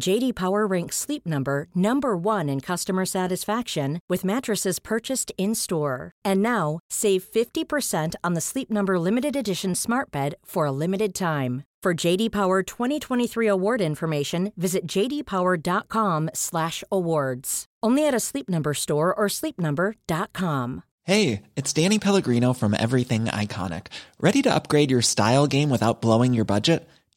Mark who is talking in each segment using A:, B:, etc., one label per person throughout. A: JD Power ranks Sleep Number number 1 in customer satisfaction with mattresses purchased in-store. And now, save 50% on the Sleep Number limited edition Smart Bed for a limited time. For JD Power 2023 award information, visit jdpower.com/awards. Only at a Sleep Number store or sleepnumber.com.
B: Hey, it's Danny Pellegrino from Everything Iconic. Ready to upgrade your style game without blowing your budget?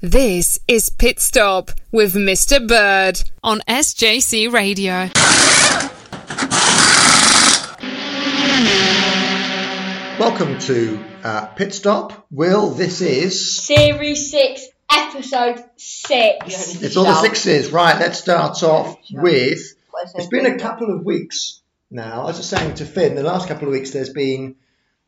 C: This is Pit Stop with Mr. Bird on SJC Radio.
D: Welcome to uh, Pit Stop. Will, this is.
E: Series 6, Episode 6.
D: It's all the sixes. Right, let's start off with. It's been a couple of weeks now. I was just saying to Finn, the last couple of weeks there's been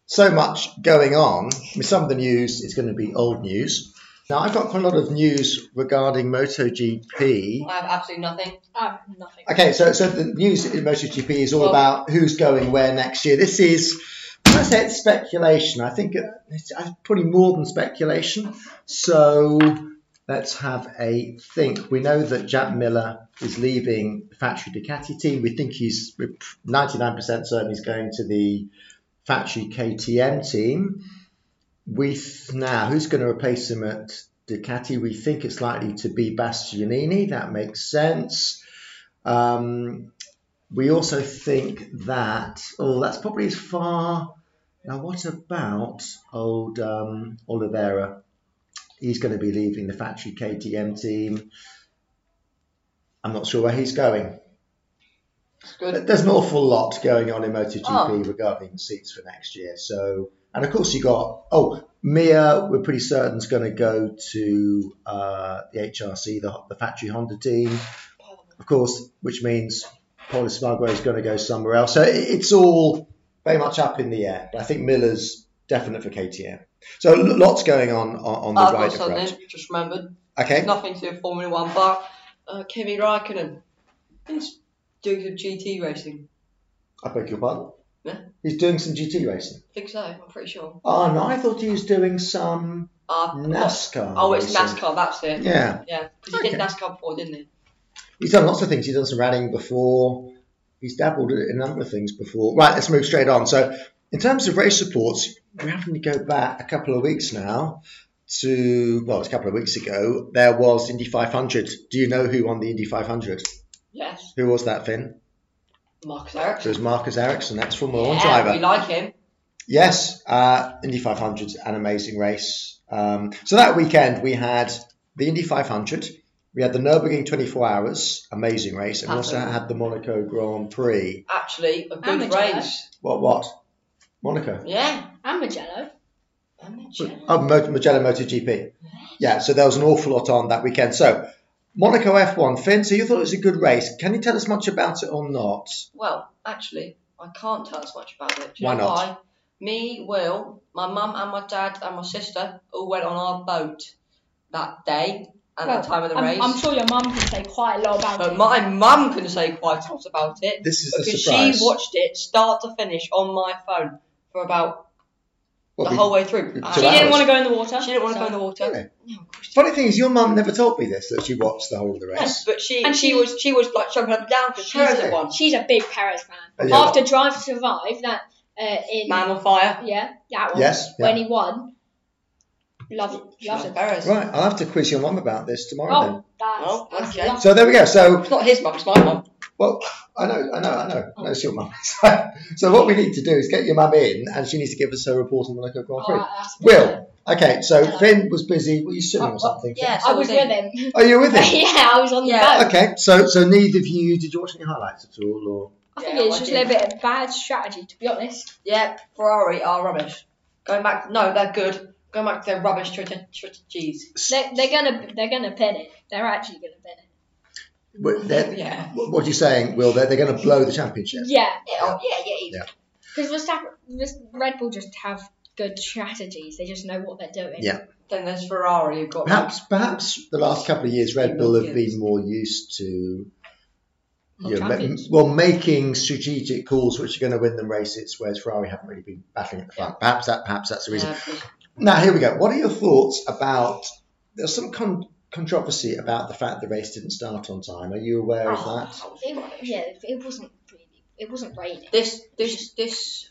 D: so much going on. I mean, some of the news is going to be old news. Now, I've got quite a lot of news regarding MotoGP.
F: I have absolutely nothing.
E: I have nothing.
D: Okay, so so the news in MotoGP is all about who's going where next year. This is, when I say it's speculation, I think it's, it's probably more than speculation. So let's have a think. We know that Jack Miller is leaving the Factory Ducati team. We think he's we're 99% certain he's going to the Factory KTM team. We th- now who's going to replace him at Ducati? We think it's likely to be Bastianini. That makes sense. Um, we also think that oh, that's probably as far. Now, what about old um, Oliveira? He's going to be leaving the factory KTM team. I'm not sure where he's going. But There's an awful lot going on in MotoGP
F: Oh.
D: regarding the seats for next year. So, and of course you got oh Mia, we're pretty certain is going to go to uh, the HRC, the, the factory Honda team, of course, which means Paul Espargaro is going to go somewhere else. So it, it's all very much up in the air. But I think Miller's definite for KTM. So lo- lots going on on, on
F: I've
D: the
F: got
D: rider
F: something,
D: front.
F: just remembered.
D: Okay.
F: Nothing to do with Formula One, but uh, Kimi Raikkonen. He's doing some GT racing.
D: I beg your pardon.
F: Yeah,
D: He's doing some GT racing.
F: I think so, I'm pretty sure.
D: Oh no, I thought he was doing some.
F: Uh,
D: NASCAR
F: Oh, it's
D: racing.
F: NASCAR, that's it.
D: Yeah.
F: Yeah, because he did
D: Okay.
F: NASCAR before, didn't he?
D: He's done lots of things. He's done some rallying before. He's dabbled in a number of things before. Right, let's move straight on. So, in terms of race reports, we're having to go back a couple of weeks now to, well, it's a couple of weeks ago. There was Indy 500. Do you know who won the Indy 500?
F: Yes.
D: Who was that, Finn?
F: Marcus
D: So,
F: Ericsson.
D: it was Marcus Ericsson. That's Formula One
F: Yeah,
D: driver.
F: we like him.
D: Yes, uh, Indy 500 is an amazing race. Um, so that weekend we had the Indy 500, we had the Nürburgring 24 Hours, amazing race, and we also
F: Absolutely.
D: had the Monaco Grand Prix.
F: Actually, a good
E: Amateur.
F: race.
D: What? What? Monaco.
F: Yeah.
E: And Magello.
F: Amateur.
D: Oh, Mo- Magellan MotoGP. Yeah, so there was an awful lot on that weekend. So Monaco F1, Finn. So you thought it was a good race. Can you tell us much about it or not?
F: Well, actually, I can't tell us much about it. Do you
D: Why
F: know
D: not?
F: Why? Me, Will, my mum and my dad and my sister all went on our boat that day at the time of the
E: I'm,
F: race.
E: I'm sure your mum can say quite a lot about
F: But
E: it.
F: my mum can say quite a lot about it.
D: This is the
F: because
D: surprise.
F: she watched it start to finish on my phone for about
D: Well,
F: the
D: we-
F: whole way through.
D: two
F: Uh,
E: she didn't want to go in the water.
F: She didn't want to go Oh, in the water.
D: Really? Funny thing is, your mum never told me this that she watched the whole of the race.
F: But she
E: And
F: she,
E: she-
F: was she was like jumping up and down because she was the
D: Really?
F: one.
E: She's a big Perez fan.
D: Oh, yeah.
E: After Drive to Survive, that uh, in
F: Man on fire.
E: yeah that one
D: Yes, yeah.
E: when he won, loved
F: She was
E: loved it.
F: embarrassed.
D: Right, I'll have to quiz your mum about this tomorrow then.
E: Oh, that's,
F: Well,
E: that's
F: okay.
E: lovely.
D: So there we go. So
F: It's not his mum, it's my mum.
D: Well, I know, I know, I know. I know it's your mum. So, so what we need to do is get your mum in, and she needs to give us her report on the local Grand Prix.
E: Oh, that's good.
D: Will. Okay, so Finn was busy. Were you swimming or something?
F: Yeah, so
E: I was with him.
D: Oh, you were with him.
E: yeah, I was on
F: Yeah.
E: the boat.
D: Okay, so so neither of you did you watch any highlights at all, or
E: I think
F: Yeah,
E: it was
F: I
E: just a
F: did.
E: little bit of bad strategy, to be honest.
F: Yep, Ferrari are rubbish. Going back, no, they're good. Going back to their rubbish strate- strategies.
E: They, they're gonna they're gonna pin it. They're actually gonna pin it.
D: what, they're-
F: Yeah.
D: what, what are you saying, Will? They're, they're going to blow the championship.
E: Yeah,
F: Yeah, oh, yeah, yeah. yeah.
E: because Verstappen, this Red Bull just have good strategies. They just know what they're doing.
D: Yeah.
F: Then there's Ferrari who've got
D: Perhaps, perhaps the last couple of years, Red Bull have been more used to you know, ma-
F: Champions.
D: well making strategic calls which are going to win them races, whereas Ferrari haven't really been battling at the front. Perhaps that, perhaps that's the reason.
F: Yeah,
D: Now here we go. What are your thoughts about? There's some con- controversy about the fact the race didn't start on time. Are you aware of
F: Oh,
D: that?
E: It, yeah, it wasn't really. It wasn't raining.
F: This, this, this.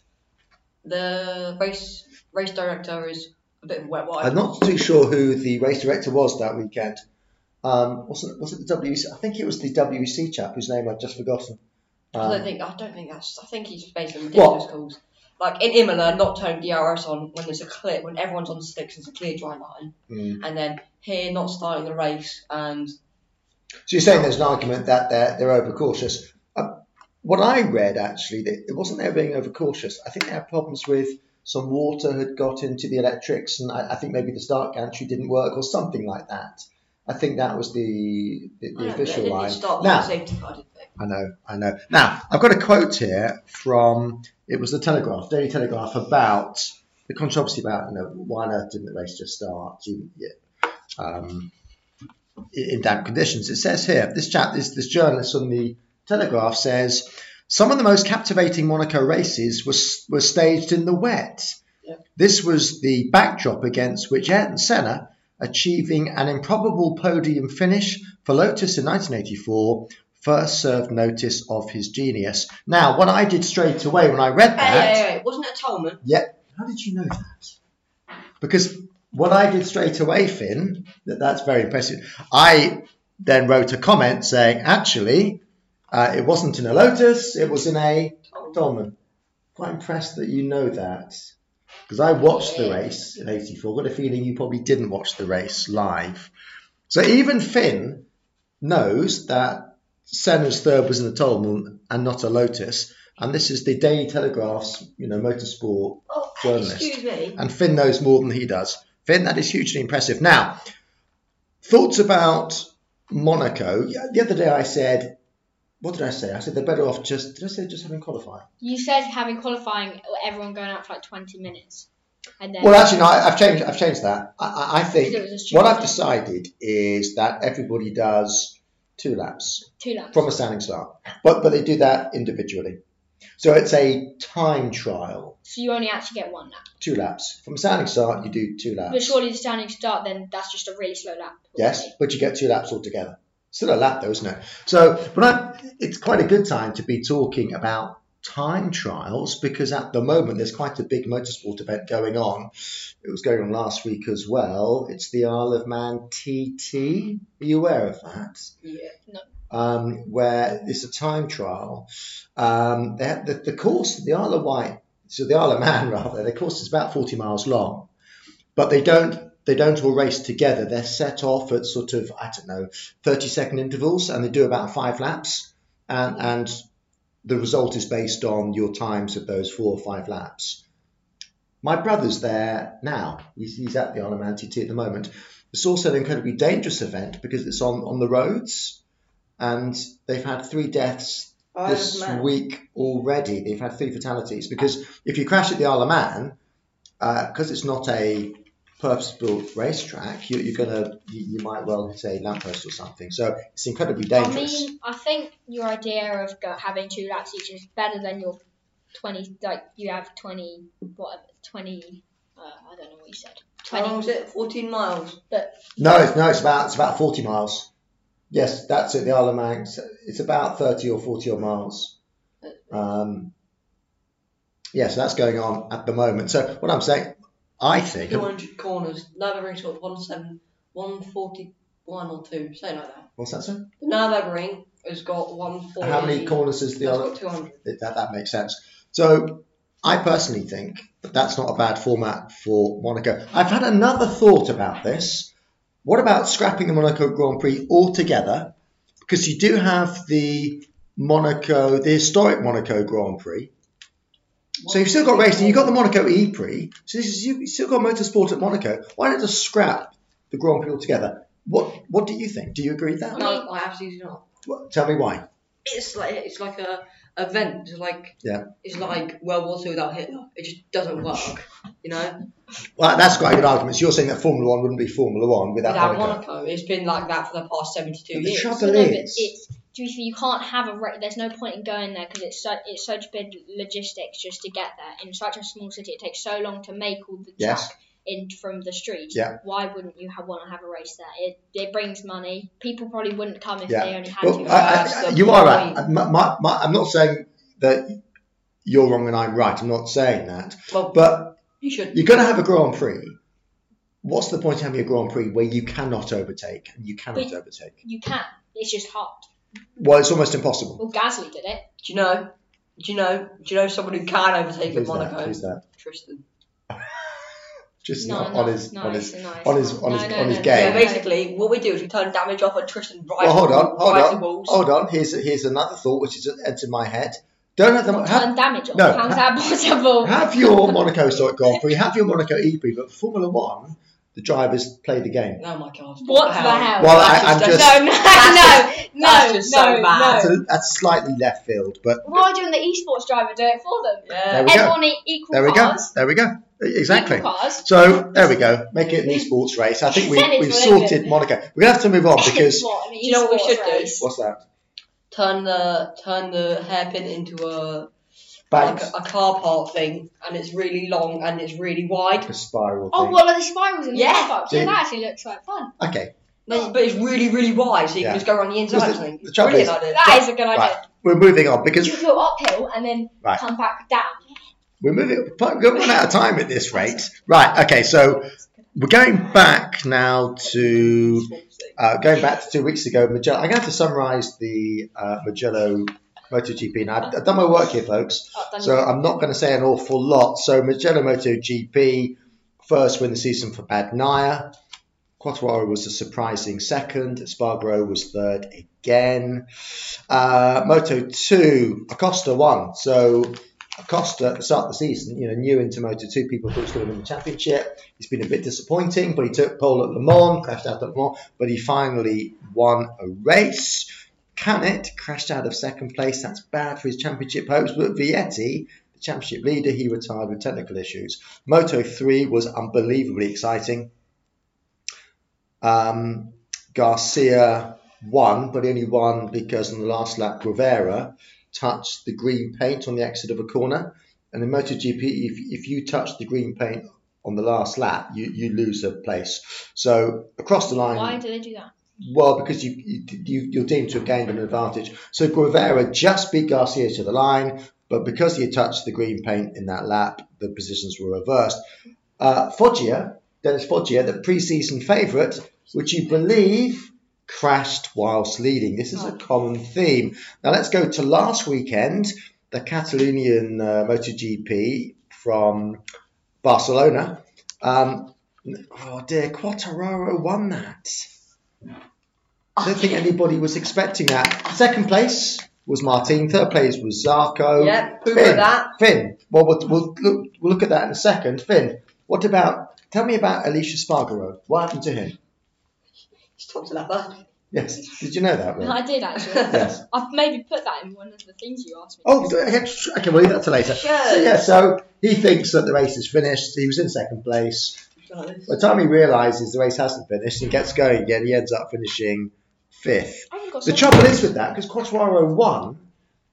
F: The race race director is a bit of a wet wipe.
D: I'm not too sure who the race director was that weekend. Um, was it was it the WEC? I think it was the WEC chap whose name I've just forgotten.
F: I
D: Um,
F: don't think I don't think that's. I think he's just making ridiculous
D: What?
F: calls. Like in Imola, not turning DRS on when there's a clear when everyone's on sticks, there's a clear dry line,
D: Mm.
F: and then here not starting the race and
D: So you're saying there's an argument that they're they're overcautious. Uh, what I read actually, that it wasn't they were being overcautious. I think they had problems with some water had got into the electrics, and I, I think maybe the start gantry didn't work or something like that. I think that was the the,
F: I
D: the
F: don't know,
D: official
F: they
D: line.
F: Didn't start
D: Now,
F: the safety car, did they?
D: I know, I know. Now, I've got a quote here from it was the Telegraph, Daily Telegraph, about the controversy about you know why on earth didn't the race just start even, yeah, um, i- in damp conditions. It says here, this chap, this this journalist on the Telegraph says some of the most captivating Monaco races was were staged in the wet. This was the backdrop against which Ayrton Senna, achieving an improbable podium finish for Lotus in 1984, first served notice of his genius. Now, what I did straight away when I read
F: Hey,
D: that,
F: hey, hey, wasn't it Tolman?
D: yeah, how did you know that? Because what I did straight away, Finn, that, that's very impressive. I then wrote a comment saying, actually, uh, it wasn't in a Lotus, it was in a Dolman. Quite impressed that you know that. Because I watched the race in 84. Got a feeling you probably didn't watch the race live. So even Finn knows that Senna's third was in a Tolman and not a Lotus. And this is the Daily Telegraph's, you know, motorsport
F: Oh,
D: journalist.
F: excuse me.
D: And Finn knows more than he does. Finn, that is hugely impressive. Now, thoughts about Monaco. Yeah, The other day I said, what did I say? I said they're better off just, did I say just having qualifying?
E: You said having qualifying, everyone going out for like twenty minutes, and then
D: Well, actually, no, I- I've changed, I've changed that. I, I- I think
E: It was a stupid
D: what I've
E: thing.
D: decided is that everybody does two laps
E: two laps.
D: from a standing start, but, but they do that individually. So it's a time trial,
E: So you only actually get one lap.
D: two laps. From a standing start, you do two laps.
E: But surely the standing start, then that's just a really slow lap.
D: Yes, but you get two laps altogether. Still a lap though, isn't it? So, but I, it's quite a good time to be talking about time trials because at the moment there's quite a big motorsport event going on. It was going on last week as well. It's the Isle of Man TT. Are you aware of that?
F: Yeah.
D: um, where it's a time trial. Um, they have- the, the course, the Isle of Wight, so the Isle of Man rather, the course is about 40 miles long, but they don't they don't all race together. They're set off at sort of I don't know 30 second intervals, and they do about five laps, and and the result is based on your times of those four or five laps. My brother's there now. He's, he's at the Isle of Man TT at the moment. It's also an incredibly dangerous event because it's on, on the roads and they've had three deaths
F: Isle of
D: this
F: Man.
D: week already. They've had three fatalities because if you crash at the Isle of Man, because it's not a purpose-built racetrack, you, you're gonna you, you might well hit a lamppost or something. So it's incredibly
E: I
D: dangerous.
E: mean, I think your idea of go, having two laps each is better than your twenty. Like you have twenty, whatever, twenty. Uh, I don't know what you said.
F: How
E: Twenty.
F: long was it? 14 miles.
E: But
D: No, it's, no, it's about it's about forty miles. Yes, that's it. The Isle of Man. It's, it's about thirty or forty odd miles. Um, yeah, so that's going on at the moment. So what I'm saying, I think
F: 200 corners. Nurburgring sort of 141 or 2, something like that.
D: what's that? Sir?
F: The Nurburgring has got 140.
D: And how many cornices the
F: that's
D: other?
F: got 200.
D: That, that makes sense. So I personally think that that's not a bad format for Monaco. I've had another thought about this. What about scrapping the Monaco Grand Prix altogether? Because you do have the Monaco, the historic Monaco Grand Prix. So you've still got racing, you've got the Monaco E Prix, so this is, you've still got motorsport at Monaco. Why not just scrap the Grand Prix altogether? What What do you think? Do you agree with that?
F: No, I absolutely do not.
D: What- Tell me why.
F: It's like it's like a event. It's like
D: Yeah.
F: it's like World War Two without Hitler. It just doesn't work. You know,
D: Well, that's quite a good argument. So you're saying that Formula One wouldn't be Formula One without,
F: without
D: Monaco.
F: Monaco, it's been like that for the past seventy-two
D: The
F: years.
D: trouble
E: No, but
D: is,
E: it's to be fair, you can't have a ra- there's no point in going there because it's such it's such big logistics just to get there in such a small city. It takes so long to make all the
D: Yes.
E: track in from the street.
D: Yeah.
E: Why wouldn't you have, want to have a race there? It it brings money. People probably wouldn't come if
D: Yeah.
E: they only had
D: Well,
E: to.
D: I, I,
F: That's the
D: you are right.
F: point.
D: My, my, my, I'm not saying that you're wrong and I'm right. I'm not saying that.
F: well,
D: But
F: you should.
D: you're going to have a Grand Prix. What's the point of having a Grand Prix where you cannot overtake and you cannot
E: But-
D: overtake?
E: you can. It's just hard.
D: Well, it's almost impossible.
E: Well, Gasly did it.
F: Do you know? Do you know? Do you know someone who can overtake at
D: Who's that?
F: Monaco?
D: Who's that?
F: Tristan.
D: Just
E: No,
D: not
E: no,
D: on his
E: no,
D: on his
E: it's nice.
D: on his on
E: No,
D: his
E: no,
D: on his
E: no.
F: Yeah,
D: game.
F: basically, what we do is we turn damage off and Tristan right.
D: Well, hold on, hold
F: right
D: on,
F: The walls.
D: hold on. Here's here's another thought which has entered my head. Don't have them.
E: Turn
D: Have,
E: damage off.
D: no,
E: How's
D: ha-
E: that possible?
D: have your Monaco Historic Grand Prix, have your Monaco E Prix, but Formula One, the drivers play the game.
F: Oh my god.
E: What the hell?
D: Well,
F: That's
D: I, I'm
F: just-
D: just
E: no, no, no, no,
F: that's just so
E: no,
F: bad.
D: that's,
E: no.
D: a, that's slightly left field, but
E: Why don't the esports driver do it for them?
D: There
F: Yeah.
D: we go.
E: Everyone e- equal
D: there we go.
E: cars.
D: There we go. E, Exactly.
E: Equal cars.
D: So there we go. Make it an esports race. I think we,
E: Then it's
D: we've
E: worth it.
D: sorted Monaco. We're gonna have to move on because
E: What, an
F: you know what we
E: esports
F: should do?
E: race?
D: what's that?
F: Turn the turn the hairpin into a like
D: Banks,
F: a, a car park thing, and it's really long and it's really wide.
D: a spiral
E: Oh,
D: thing.
E: well, are the spirals in the
F: Yeah.
E: yeah.
D: See?
E: yeah, that actually looks like fun.
D: Okay.
F: No, but it's really really wide, so you
D: Yeah.
F: can just go around the inside.
D: Because
F: I
D: the-
F: think
D: the
F: it's
D: trouble
F: brilliant
D: is-
F: idea.
E: That is a good idea.
D: Right. We're moving on because
E: You go uphill and then
D: Right.
E: come back down.
D: We're moving. We're running out of time at this rate. Right. Okay. So we're going back now to uh, going back to two weeks ago. Magello. I'm going to have to summarise the uh, Magello MotoGP. Now I've, I've done my work here, folks.
E: Oh, done
D: So
E: your-
D: I'm not going to say an awful lot. So Magello MotoGP first win of the season for Badnaya. Quattuaro was a surprising second. Spargaro was third again. Uh, Moto two, Acosta won. So Acosta at the start of the season, you know, new into Moto two, people thought he was going to win the championship. He's been a bit disappointing, but he took pole at Le Mans, crashed out at Le Mans, but he finally won a race. Canet crashed out of second place. That's bad for his championship hopes. But Vietti, the championship leader, he retired with technical issues. Moto 3 was unbelievably exciting. Um, Garcia won, but he only won because on the last lap, Rivera touched the green paint on the exit of a corner. And in MotoGP, if, if you touch the green paint on the last lap, you, you lose a place. So across the line.
E: Why do they do that?
D: Well, because you, you, you you're deemed to have gained an advantage. So Guevara just beat Garcia to the line, but because he had touched the green paint in that lap, the positions were reversed. Uh, Foggia, Dennis Foggia, the pre-season favourite, would you believe crashed whilst leading? This is a common theme. Now let's go to last weekend, the Catalonian uh, MotoGP from Barcelona. Um, oh dear, Quattararo won that. I don't think anybody was expecting that. Second place was Martin. Third place was Zarco.
F: Yeah, poo
D: Finn,
F: for that.
D: Finn. Well, we'll, we'll look, we'll look at that in a second. Finn, what about? Tell me about Alicia Spargaro. What happened to him?
F: It's top to that.
D: Yes, did you know that? Will?
E: I did actually.
D: Yes.
E: I've maybe put that in one of the things you asked me.
D: Oh, okay, okay, we'll leave that to later. So yeah, so he thinks that the race is finished. He was in second place. By the time he realises the race hasn't finished, he gets going again. He ends up finishing fifth.
E: I haven't got
D: The
E: so-
D: trouble is with that, because Quattuaro won,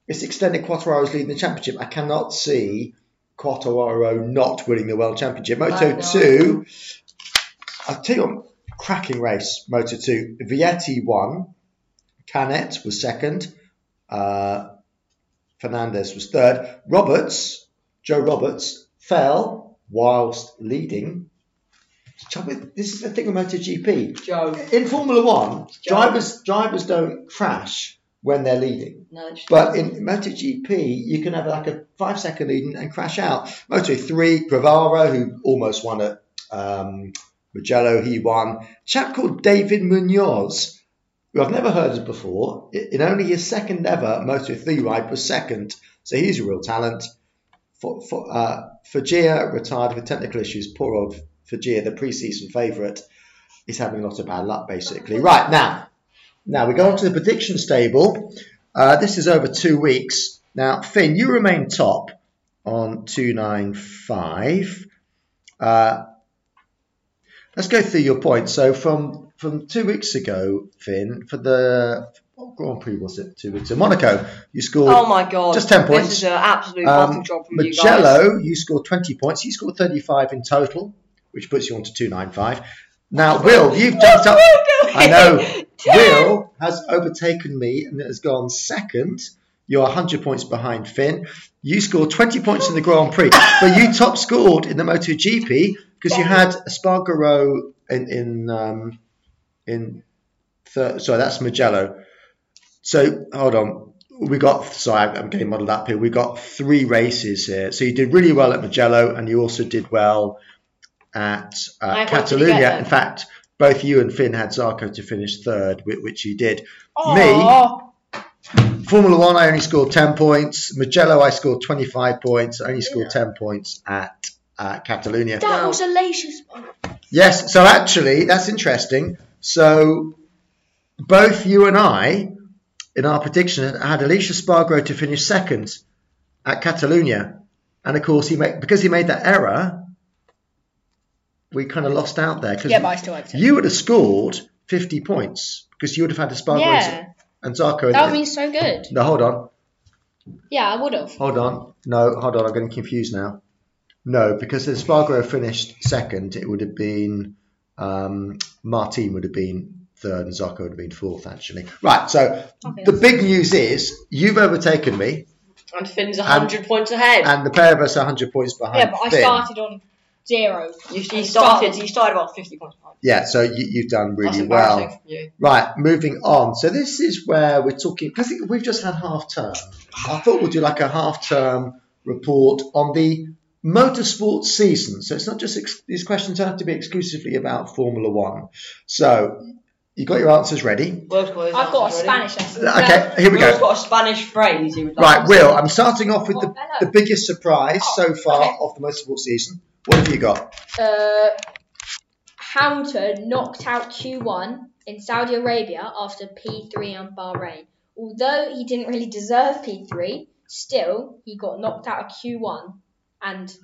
D: it's extended Quattararo's lead in the championship. I cannot see Quattuaro not winning the World Championship.
F: I
D: Moto
F: know.
D: 2, I'll tell you what, cracking race, Moto 2. Vietti won, Canet was second, uh, Fernandez was third. Roberts, Joe Roberts, fell whilst leading. Trouble- This is the thing with MotoGP
F: Joe.
D: in Formula One, drivers drivers don't crash when they're leading.
F: No, it's
D: But in MotoGP, you can have like a five second lead and, and crash out. Moto3, Gravaro, who almost won at um, Mugello, he won. chap called David Munoz, who I've never heard of before, i- in only his second ever Moto3 ride was second. So he's a real talent. For, for, uh, Fajia retired with technical issues. Poor old Fajia, the preseason favourite. He's having a lot of bad luck, basically. Right, now, now we go on to the predictions table. Uh, this is over two weeks. Now, Finn, you remain top on 295. Uh, let's go through your points. So, from, from two weeks ago, Finn, for the what Grand Prix was it? Two weeks ago. Monaco, you scored.
F: Oh my god.
D: Just 10 points.
F: This is an absolute bottle
D: Um,
F: job from you guys.
D: Magello, you, scored 20 points. He scored 35 in total, which puts you on to 295. Now, Will, you've jumped up. I know. Will has overtaken me and has gone second. You're 100 points behind Finn. You scored 20 points in the Grand Prix, but you top scored in the MotoGP because you had Espargaro in in um, in thir- sorry that's Magello. So hold on, we got sorry I'm getting muddled up here. We got three races here. So you did really well at Magello, and you also did well at uh,
F: Wait, what did you get
D: Catalunya.
F: then?
D: In fact, both you and Finn had Zarco to finish third, whi- which you did.
F: Oh,
D: Me, Formula One, I only scored 10 points. Magello, I scored 25 points. I only scored 10 points at uh, Catalunya.
E: That
F: Wow.
E: was a lacious
D: Yes, so actually, that's interesting. So, both you and I, in our prediction, had Alicia Spargo to finish second at Catalunya. And of course, he made, because he made that error, we kind of lost out there. 'cause
G: Yeah, but I still liked it.
D: you would have scored 50 points because you would have had Spargo
G: yeah,
D: and Zarko.
E: That would be so good.
D: no, hold on.
E: Yeah, I would have.
D: Hold on. No, hold on. I'm getting confused now. No, because if Spargo finished second, it would have been um, Martin would have been third and Zarko would have been fourth, actually. Right. So the big news is you've overtaken me,
F: and Finn's 100 points ahead.
D: and the pair of us are 100 points behind.
E: Yeah, but I
D: Finn.
E: started on zero.
F: you, you started, you started about 50 points behind.
D: Yeah, so you, you've done
F: That's
D: really
F: embarrassing
D: well.
F: for you.
D: Right, moving on. So this is where we're talking because we've just had half term. I thought we'd do like a half term report on the motorsport season. So it's not just ex- these questions don't have to be exclusively about Formula One. So you got your answers ready?
F: Will's got his
E: I've got a
F: answers ready.
E: Spanish lesson.
D: Okay, here we
F: Will's
D: go.
F: got a Spanish phrase. He was like,
D: Right, Will. I'm starting off with the, the biggest surprise so far of the motorsport season. What have you got?
E: Uh, Hamilton knocked out Q1 in Saudi Arabia after P3 and Bahrain. Although he didn't really deserve P3, still he got knocked out of Q1, and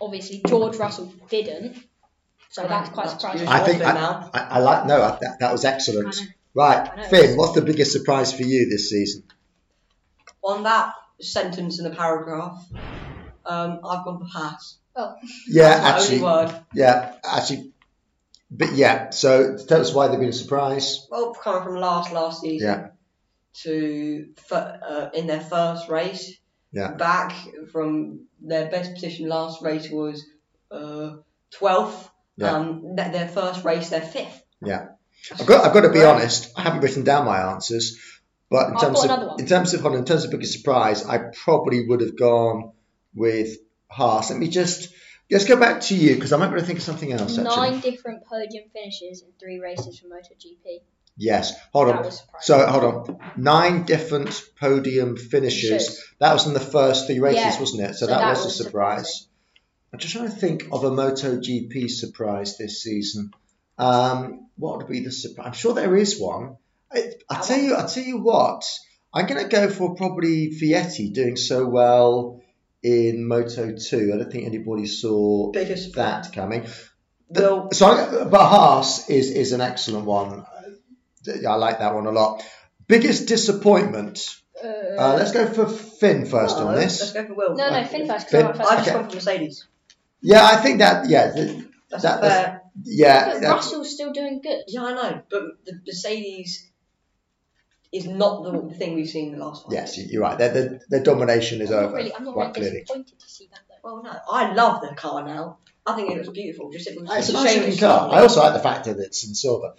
E: obviously George Russell didn't. So that's quite
F: That's
E: surprising.
F: good.
D: I think I,
F: now.
D: I, I like no. I, that, that was excellent. Right, Finn. What's the biggest surprise for you this season?
F: On that sentence in the paragraph, um, I've gone for pass.
E: Well,
D: Yeah,
F: That's
D: actually,
F: the only word.
D: Yeah, actually, but yeah. So tell us why they've been a surprise.
F: Well, coming from last last season
D: Yeah,
F: to fir- uh, in their first race,
D: yeah,
F: back from their best position last race was uh, 12th.
D: Yeah.
F: Um, th- their first race, they're fifth.
D: yeah. I've got, I've got to be
F: Right.
D: honest. I haven't written down my answers, but in
E: I've
D: terms
E: got another
D: of
E: one.
D: in terms of hold on, in terms of biggest surprise, I probably would have gone with Haas. Let me just let's go back to you because I'm not going to think of something else. Actually,
E: nine different podium finishes in three races for MotoGP.
D: yes. Hold
E: That
D: on.
E: was surprising.
D: So hold on. Nine different podium finishes.
E: Shows.
D: That was in the first three races,
E: Yeah.
D: wasn't it? So,
E: So
D: that,
E: that
D: was,
E: was
D: a surprise. I'm just trying to think of a MotoGP surprise this season. Um, what would be the surprise? I'm sure there is one. I, I tell you, I tell you what. I'm going to go for probably Vietti doing so well in Moto Two. I don't think anybody saw
F: Biggest
D: that coming.
F: Will,
D: So, I- but Haas is is an excellent one. I like that one a lot. Biggest disappointment. Uh, let's go for Finn first on
F: Um, Let's
D: this.
F: go for Will.
E: No, no,
D: Okay.
E: Finn first.
D: Finn.
E: Cause I went first.
F: I've just
D: Okay.
F: gone for Mercedes.
D: Yeah, I think that. Yeah, th-
F: That's
D: that,
F: fair.
D: yeah.
E: But
D: that's-
E: Russell's still doing good.
F: Yeah, I know, but the Mercedes is not the thing we've seen the last time.
D: yes, you- you're right. Their, their, their domination is
E: I'm not
D: over.
E: really, I'm not
D: quite
E: really
D: clearly.
E: disappointed to see that though.
F: Well, no, I love the car now. I think it looks beautiful. Just it was
D: Ah, It's a
F: just
D: nice
F: shame
D: looking
F: it's
D: car.
F: not-
D: I also like the fact that it's in silver.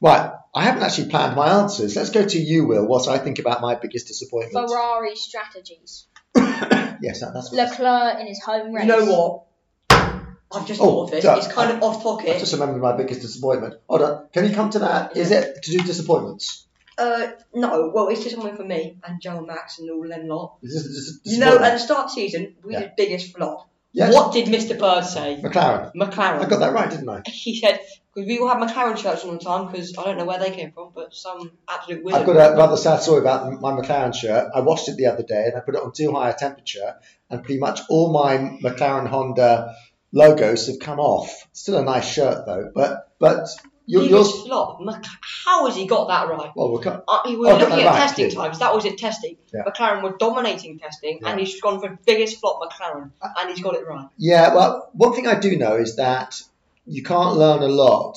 D: Right, I haven't actually planned my answers. Let's go to you, Will. What I think about my biggest disappointment.
E: Ferrari strategies.
D: yes, that, that's what
E: Leclerc in his home race.
F: You know what? I've just
D: Oh,
F: thought of this.
D: duh.
F: It's kind of off
D: I
F: topic.
D: just remembered my biggest disappointment. Hold on, can you come to that? Is it to do disappointments?
F: Uh, no, well, it's just one for me and Joe Max and all them lot.
D: Is this a dis-
F: You know, at
D: disappointment?
F: the start of the season, we
D: Yeah.
F: did biggest flop.
D: Yes.
F: What did Mr. Bird say?
D: McLaren.
F: McLaren.
D: I got that right, didn't I?
F: He said, because we all had McLaren shirts on all the time, because I don't know where they came from, but some absolute wizard.
D: I've got a rather sad story about my McLaren shirt. I washed it the other day and I put it on too high a temperature, and pretty much all my McLaren Honda logos have come off. Still a nice shirt though, but but your,
F: biggest
D: yours.
F: flop. Mc- How has he got that right?
D: Well, we'll come.
F: Uh, we were
D: Oh, I got
F: looking
D: that
F: at
D: right,
F: testing
D: did you?
F: times. That was it, testing.
D: Yeah.
F: McLaren were dominating testing, and
D: Yeah.
F: he's gone for biggest flop McLaren, and he's got it right.
D: Yeah, well, one thing I do know is that you can't learn a lot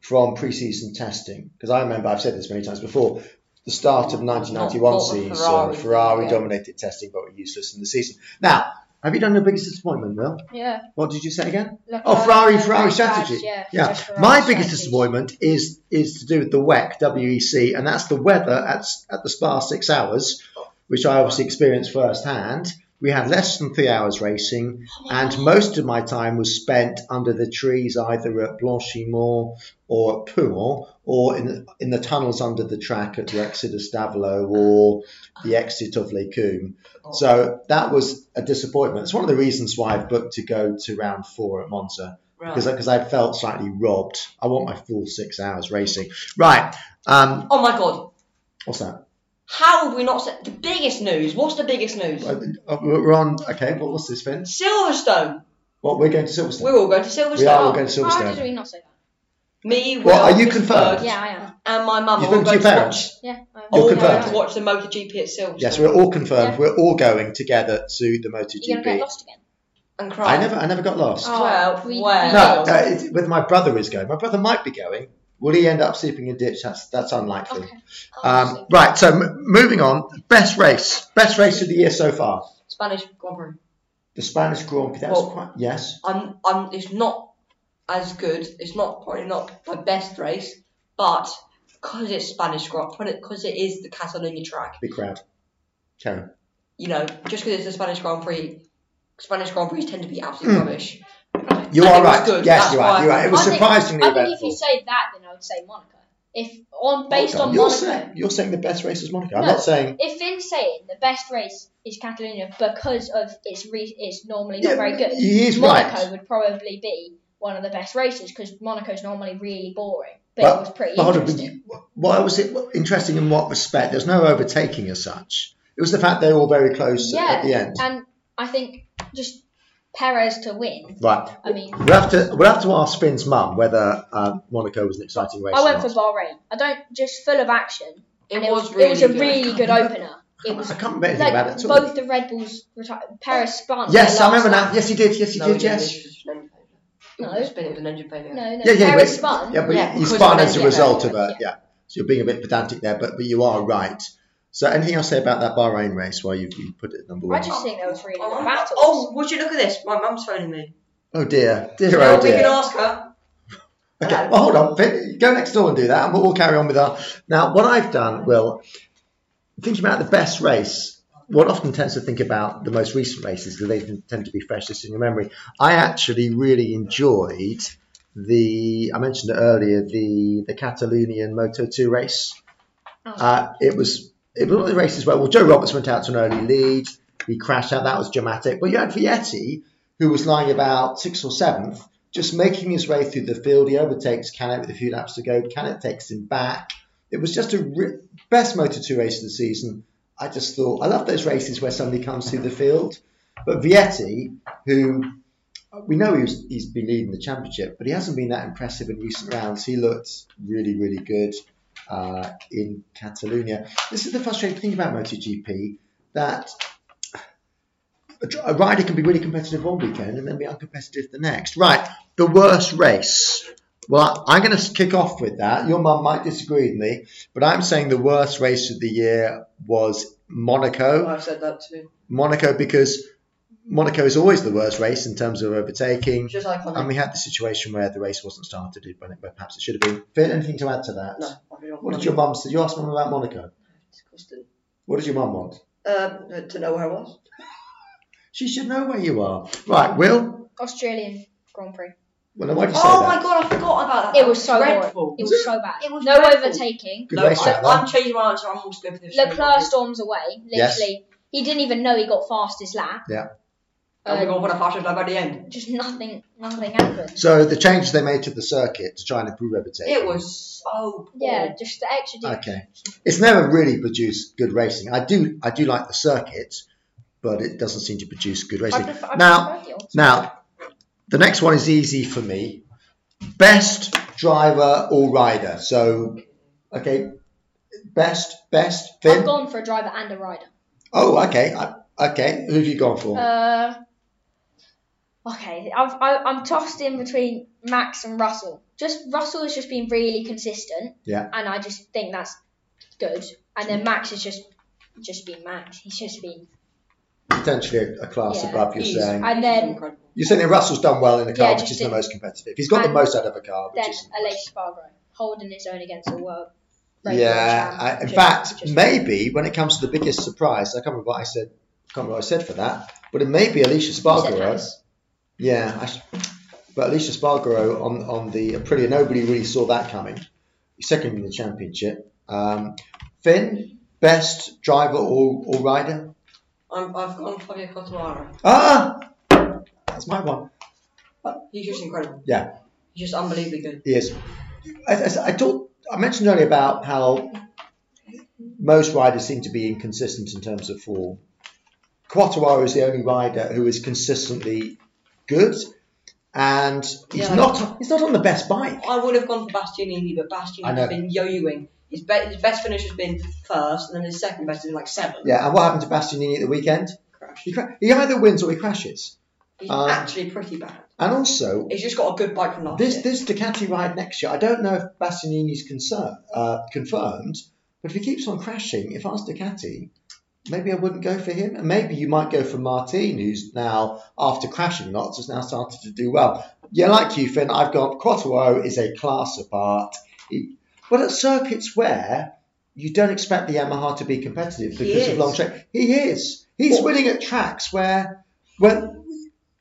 D: from pre-season testing because I remember I've said this many times before. The start of 1991
F: Not- not
D: season,
F: with Ferrari,
D: Ferrari,
F: yeah.
D: dominated testing, but were useless in the season. Now, have you done your biggest disappointment, Will?
E: Yeah.
D: What did you say again?
E: Leclerc
D: Oh, Ferrari,
E: in
D: Ferrari
E: his home
D: strategy.
E: race, Yeah.
D: yeah.
E: just Ferrari
D: My biggest
E: strategies.
D: disappointment is is to do with the E WEC, WEC, and that's the weather at at the Spa six hours, which I obviously experienced firsthand. We had less than three hours racing, and most of my time was spent under the trees, either at Blanchimont or at Poumon, or in in the tunnels under the track at the exit of Stavlo or the exit of Les Coombe. So that was a disappointment. It's one of the reasons why I booked to go to round four at Monza
F: Right.
D: because because I felt slightly robbed. I want my full six hours racing. Right. Um,
F: Oh my god.
D: what's that?
F: How have we not said the biggest news? What's the biggest news?
D: Uh, We're on. Okay. What was this, Vince?
F: Silverstone.
D: What we're going to Silverstone?
F: We're all going to Silverstone.
D: We are all going to
E: How did
D: Silverstone.
E: we not say that?
F: Me, Will,
D: Well, are you
F: Mr.
D: confirmed?
F: Bird,
E: Yeah, I am.
F: And my mum
D: You
F: are
D: think
F: all going
D: your
F: to watch.
D: parents?
E: Yeah. I am.
D: You're
F: All going
D: confirmed.
F: to watch the MotoGP at Silverstone.
D: Yes, we're all confirmed.
E: Yeah.
D: We're all going together to the
E: You're gonna get
D: MotoGP.
E: lost again.
F: And cry.
D: I never, I never got lost.
E: Oh,
F: Well,
E: we-
F: well.
D: no, uh, it's, whether my brother is going. My brother might be going. Will he end up sleeping in a ditch? That's that's unlikely.
E: Okay. Oh,
D: Um, right. So m- moving on. Best race. Best race of the year so far.
F: Spanish Grand Prix.
D: The Spanish Grand Prix. That was
F: Well-
D: quite. Yes.
F: I'm, I'm, it's not as good. It's not probably not the best race, but because it's Spanish Grand Prix, because it is the Catalonia track,
D: Big crowd. Karen.
F: you know, just because it's the Spanish Grand Prix, Spanish Grand Prix tend to be
D: Hmm.
F: absolute rubbish.
D: You
F: And
D: are
F: it was
D: right.
F: good,
D: Yes,
F: that's
D: you
F: why
D: are.
F: I
D: You're right. It
F: think-
D: was
E: I think-
D: surprisingly
E: I think if you
D: eventful.
E: say that, then I would say Monaco. If on based
D: Hold
E: on
D: on. you're
E: Monaco,
D: saying you're saying the best race is Monaco. I'm
E: No.
D: not saying
E: if Finn's saying the best race is Catalonia because of its re- it's normally not
D: Yeah,
E: very good,
D: he is
E: Monaco
D: right.
E: would probably be one of the best races because Monaco's normally really boring, but,
D: Well,
E: it was pretty
D: but hold on, but
E: interesting.
D: you- why was it interesting in what respect? There's no overtaking as such. It was the fact they were all very close
E: yeah,
D: at the end.
E: and I think just Perez to win.
D: Right.
E: I mean,
D: We'll have to we'll have to ask Finn's mum whether uh, Monaco was an exciting race.
E: I
D: or
E: went for
D: not.
E: Bahrain. I don't just full of action. and
F: It was
E: it was a
F: really good.
E: really good opener. It was
D: I can't remember anything
E: like
D: about it at all.
E: both the Red Bulls. Reti- Perez spun.
D: Yes,
E: their
D: I
E: last
D: remember now.
E: lap.
D: Yes, he did. Yes, he
F: No,
D: did.
F: it was-
D: Yes.
F: it was an engine failure.
E: No.
F: It was a spin, it was an engine failure.
E: No, no.
D: Yeah, yeah,
E: Perez
D: but-
E: spun.
D: Yeah, but
F: Yeah,
D: he
F: because
D: spun
F: of
D: as a
F: energy
D: result of
F: effect,
D: a yeah. So you're being a bit pedantic there, but but you are right. So anything else to say about that Bahrain race? While you, you put it at number
E: I
D: one.
E: just think there was really
F: Oh,
E: good
F: my-
E: battles.
F: oh, would you look at this? My mum's phoning me.
D: Oh dear, dear, oh
F: Well, we can
D: dear.
F: ask her.
D: Okay, well, hold on. Vin, Go next door and do that, and we'll, we'll carry on with our. Now, what I've done, Will, thinking about the best race, one often tends to think about the most recent races because they tend to be freshest in your memory. I actually really enjoyed the. I mentioned it earlier the the Catalonian Moto Two race. Uh, it was it was one of the races where well Joe Roberts went out to an early lead, he crashed out. That was dramatic. But you had Vietti, who was lying about sixth or seventh, just making his way through the field. He overtakes Canet with a few laps to go. Canet takes him back. It was just a ri best Moto Two race of the season. I just thought I love those races where somebody comes through the field. But Vietti, who uh, we know he was, he's been leading the championship, but he hasn't been that impressive in recent rounds. He looked really, really good uh, in Catalonia. This is the frustrating thing about MotoGP that a, dr- a rider can be really competitive one weekend and then be uncompetitive the next. Right, the worst race. Well, I- I'm going to kick off with that. Your mum might disagree with me, but I'm saying the worst race of the year was Monaco.
F: I've said that too.
D: Monaco because Monaco is always the worst race in terms of overtaking.
F: Which is iconic.
D: And we had the situation where the race wasn't started when it, where perhaps it should have been. Finn, anything to add to that?
F: No, I mean,
D: What did your mum say? You asked mum about Monaco.
F: Disgusting.
D: What did your mum want?
F: Um, to know where I was.
D: She should know where you are. Right, Will.
E: Australian Grand Prix.
D: Well, then why did you say
F: Oh
D: that?
F: my god, I forgot about that.
E: It was so
F: dreadful.
E: boring. It was so bad.
F: It was
E: no
F: dreadful.
E: overtaking.
D: Good
F: no,
D: race, that
F: I,
D: one.
F: am changing my answer. I'm also going for the
E: Leclerc storms away. Literally,
D: Yes.
E: he didn't even know he got fastest lap.
D: Yeah.
F: Oh my
E: Um,
F: god, what a fashion lab at the end.
E: Just nothing, nothing happened.
D: So the changes they made to the circuit to try and improve overtaking.
F: It was so poor.
E: Yeah, just the extra. Dip.
D: Oh. Okay. It's never really produced good racing. I do I do like the circuit, but it doesn't seem to produce good
E: I
D: racing.
E: prefer, I
D: now
E: prefer the old-
D: now the next one is easy for me. Best driver or rider. So okay. Best best
E: I've
D: Finn.
E: gone for a driver and a rider.
D: Oh, okay. I- Okay, who have you gone for?
E: Uh, okay, I've, I, I'm tossed in between Max and Russell. Just Russell has just been really consistent,
D: yeah,
E: and I just think that's good. And then Max has just just been Max. He's just been.
D: potentially a, a class
E: yeah,
D: above. You're
F: he's-
D: saying
E: And then
F: Incredible.
D: you're saying that Russell's done well in a car
E: Yeah,
D: which
E: just
D: is the
E: didn't-
D: most competitive. He's got the
E: and
D: most out of a car, which
E: then
D: is
E: Aleix Spargo holding his own against the world. radio
D: Yeah,
E: champ,
D: I, in
E: just-
D: fact,
E: um, just-
D: maybe when it comes to the biggest surprise, I can't remember what I said. Can't remember what I said for that, but it may be Alicia Spargaro.
E: Harris.
D: Yeah, I, sh- but Alicia Spargaro on on the Aprilia, nobody really saw that coming. Second in the championship. Um, Finn, best driver or, or rider?
F: I'm, I've gone Fabio Quartararo.
D: Ah, that's my one.
F: He's just incredible.
D: Yeah,
F: He's just unbelievably good.
D: he is. I, I, I talked. I mentioned earlier about how most riders seem to be inconsistent in terms of form. Quattararo is the only rider who is consistently good, and he's
F: Yeah.
D: not he's not on the best bike.
F: I would have gone for Bastianini, but
D: I
F: Bastianini
D: know.
F: has been yo-yoing. His, be- his best finish has been first, and then his second best is like seventh.
D: Yeah, and what happened to Bastianini at the weekend?
F: Crash.
D: He, cra- he either wins or he crashes.
F: He's
D: Um,
F: actually pretty bad.
D: And also,
F: He's just got a good bike from last
D: this
F: year.
D: this Ducati ride next year, I don't know if Bastianini's concern, uh, confirmed, but if he keeps on crashing, if I was Ducati, maybe I wouldn't go for him. And maybe you might go for Martin, who's now, after crashing lots, has now started to do well. Yeah, like you, Finn, I've got Quattro is a class apart. He, but at circuits where you don't expect the Yamaha to be competitive
F: He
D: because of
F: is.
D: long track, he is. He's winning at tracks where, where,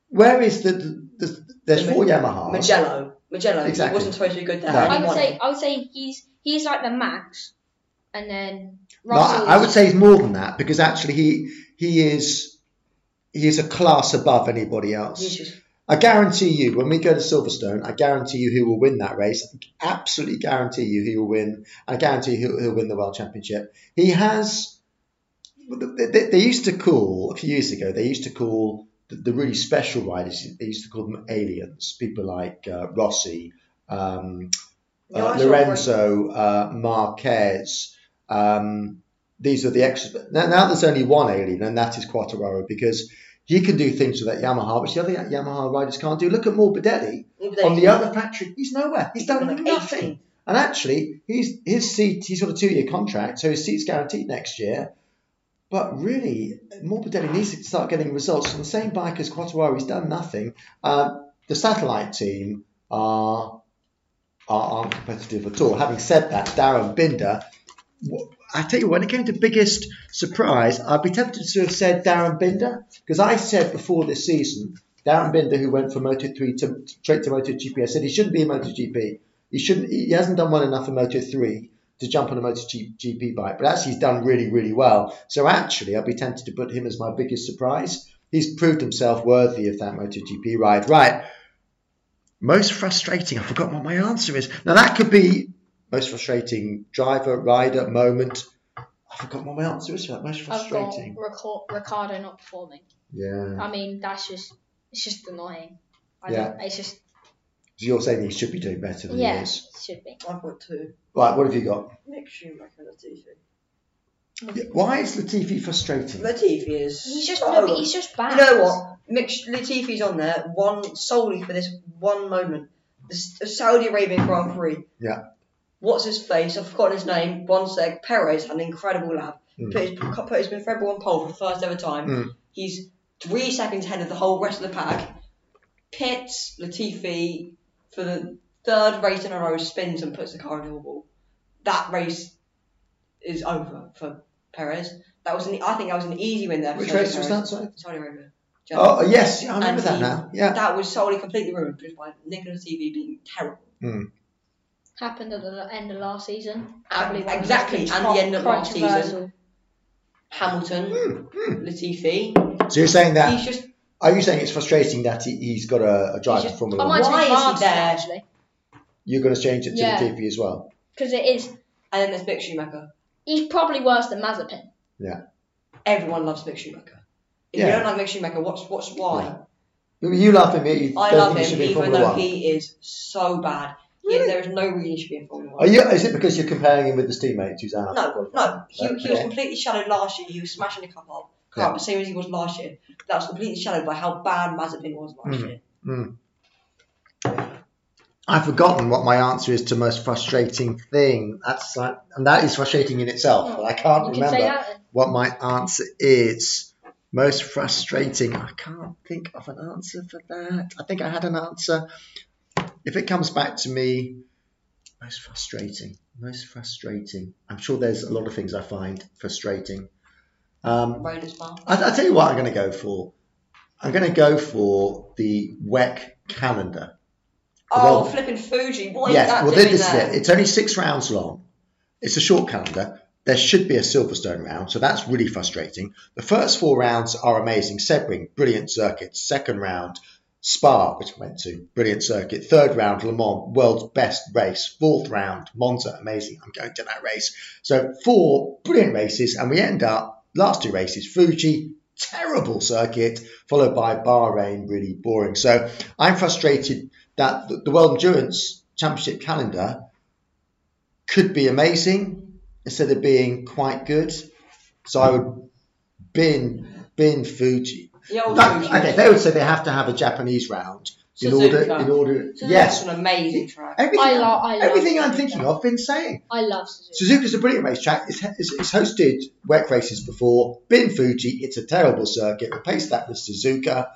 D: where is the, the, the there's
F: Ma-
D: four Yamahas.
F: Magello. Magello. He
D: Exactly.
F: wasn't supposed to be good there.
D: No.
F: and he
E: I would
F: won
E: say
F: it.
E: I would say he's he's like the Max, and then
D: No,
E: Russell.
D: I would say he's more than that because actually he he is he is a class above anybody
F: He's
D: else.
F: just
D: I guarantee you, when we go to Silverstone, I guarantee you he will win that race. I absolutely guarantee you he will win. I guarantee you he'll, he'll win the world championship. He has. They, they- they used to call a few years ago. They used to call the, the really special riders. They used to call them aliens. People like uh, Rossi, um,
F: Yeah,
D: uh,
F: I saw
D: Lorenzo uh, Marquez. Um, these are the extra. Now, now there's only one alien, and that is Quattararo, because he can do things with that Yamaha, which the other Yamaha riders can't do. Look at Morbidelli
F: Morbidelli.
D: on the other factory. He's nowhere. He's done
F: He's like
D: nothing.
F: 18.
D: And actually, he's, his seat, he's got a two year contract, so his seat's guaranteed next year. But really, Morbidelli needs to start getting results on the same bike as Quattuaro. He's done nothing. Uh, the satellite team are are- aren't competitive at all. Having said that, Darren Binder, w- I tell you, when it came to biggest surprise, I'd be tempted to have said Darren Binder because I said before this season, Darren Binder, who went from Moto3 to straight to MotoGP, I said he shouldn't be in MotoGP. He shouldn't. He hasn't done well enough in Moto3 to jump on a MotoGP bike, but actually he's done really, really well. So actually, I'd be tempted to put him as my biggest surprise. He's proved himself worthy of that MotoGP ride. Right. Most frustrating. I forgot what my answer is. Now that could be most frustrating driver, rider, moment. I forgot what my answer is for that. Most
E: I've got
D: frustrating.
E: Rico- Ricardo not performing.
D: Yeah.
E: I mean, that's just it's just annoying. I
D: Yeah.
E: don't, it's just
D: So you're saying he should be doing better than
E: yeah,
D: he
E: it
D: is.
E: should be.
F: I've got two.
D: Right. What have you got?
F: Mick Schumacher and Latifi.
D: Yeah, Why is Latifi frustrating?
F: Latifi is.
E: He's just
F: so-
E: no, but he's just bad.
F: You know what? Mick Sh- Latifi's on there one solely for this one moment. The S- Saudi Arabian Grand Prix.
D: Yeah.
F: What's his face? I've forgotten his name. One sec.
D: Hmm.
F: Perez had an incredible lab. Put his, put his February on pole for the first ever time.
D: Mm.
F: He's three seconds ahead of the whole rest of the pack. Pits Latifi for the third race in a row spins and puts the car in the wall. That race is over for Perez. That was an, I think that was an easy win there. For
D: Which
F: Sergio
D: race was that?
F: Perez.
D: Sorry.
F: Saudi Arabia.
D: Oh yes, I remember
F: And
D: that
F: he-
D: now. Yeah.
F: That was solely completely ruined just by Nicholas TV being terrible.
E: Happened at the end of last season.
F: And-
E: one of
F: Ah, exactly,
E: most
F: and the end of last
E: controversial.
F: season. Hamilton,
D: Hmm.
F: Latifi.
D: so you're saying
F: He's
D: that?
F: just
D: Are you saying it's frustrating that he, he's got a, a drive in
F: just-
D: Formula
E: I
D: One?
E: might
F: Why
E: change
F: is
E: my
F: he
E: answer
F: there?
E: actually
D: You're going to change it to
E: Yeah.
D: the DP as well.
E: because it is.
F: and then there's Mick Schumacher.
E: He's probably worse than Mazepin.
D: Yeah.
F: Everyone loves Mick Schumacher. If you
D: Yeah.
F: don't like Mick Schumacher, what's what's why?
D: You laugh at me. You
F: I
D: don't
F: love
D: think he should
F: him
D: be in
F: even
D: Formula
F: though
D: One.
F: he is so bad. He- there is no reason he should be in Formula
D: Are
F: One.
D: you, is it because you're comparing him with his teammates who's out?
F: No, no. He, he was
D: Okay.
F: completely shadowed last year. He was smashing the cup up,
D: Yeah.
F: car up, the same as he was last year. That was completely shadowed by how bad Mazepin was last year.
D: Mm. I've forgotten what my answer is to most frustrating thing. That's like, and that is frustrating in itself.
F: Hmm.
D: But I can't
E: You can say
D: remember
E: that. then.
D: what my answer is. Most frustrating. I can't think of an answer for that. I think I had an answer. If it comes back to me, most frustrating. Most frustrating. I'm sure there's a lot of things I find frustrating. Um,
F: Road as well.
D: I, I tell you what, I'm going to go for. I'm going to go for the WEC calendar.
F: Oh,
D: Well-
F: flipping Fuji. What is
D: yes,
F: that
D: well,
F: doing
D: this is
F: there?
D: it. It's only six rounds long. It's a short calendar. There should be a Silverstone round, so that's really frustrating. The first four rounds are amazing. Sebring, brilliant circuit. Second round, Spa, which I went to, brilliant circuit. Third round, Le Mans, world's best race. Fourth round, Monza, amazing. I'm going to that race. So four brilliant races, and we end up last two races, Fuji, terrible circuit, followed by Bahrain, really boring. So I'm frustrated that the- the World Endurance Championship calendar could be amazing instead of being quite good. So I would bin bin Fuji.
F: The old
D: That-
F: Fuji.
D: okay, they would say they have to have a Japanese round in order
F: Suzuka.
D: in order.
F: Suzuka's
D: Yes,
F: an amazing track.
D: everything,
E: I lo- I love
D: everything I'm
E: Suzuka.
D: thinking of, been saying.
E: I love Suzuki.
D: Suzuka's a brilliant racetrack. It's, it's, it's hosted wet races before. Bin Fuji, it's a terrible circuit. Replace that with Suzuka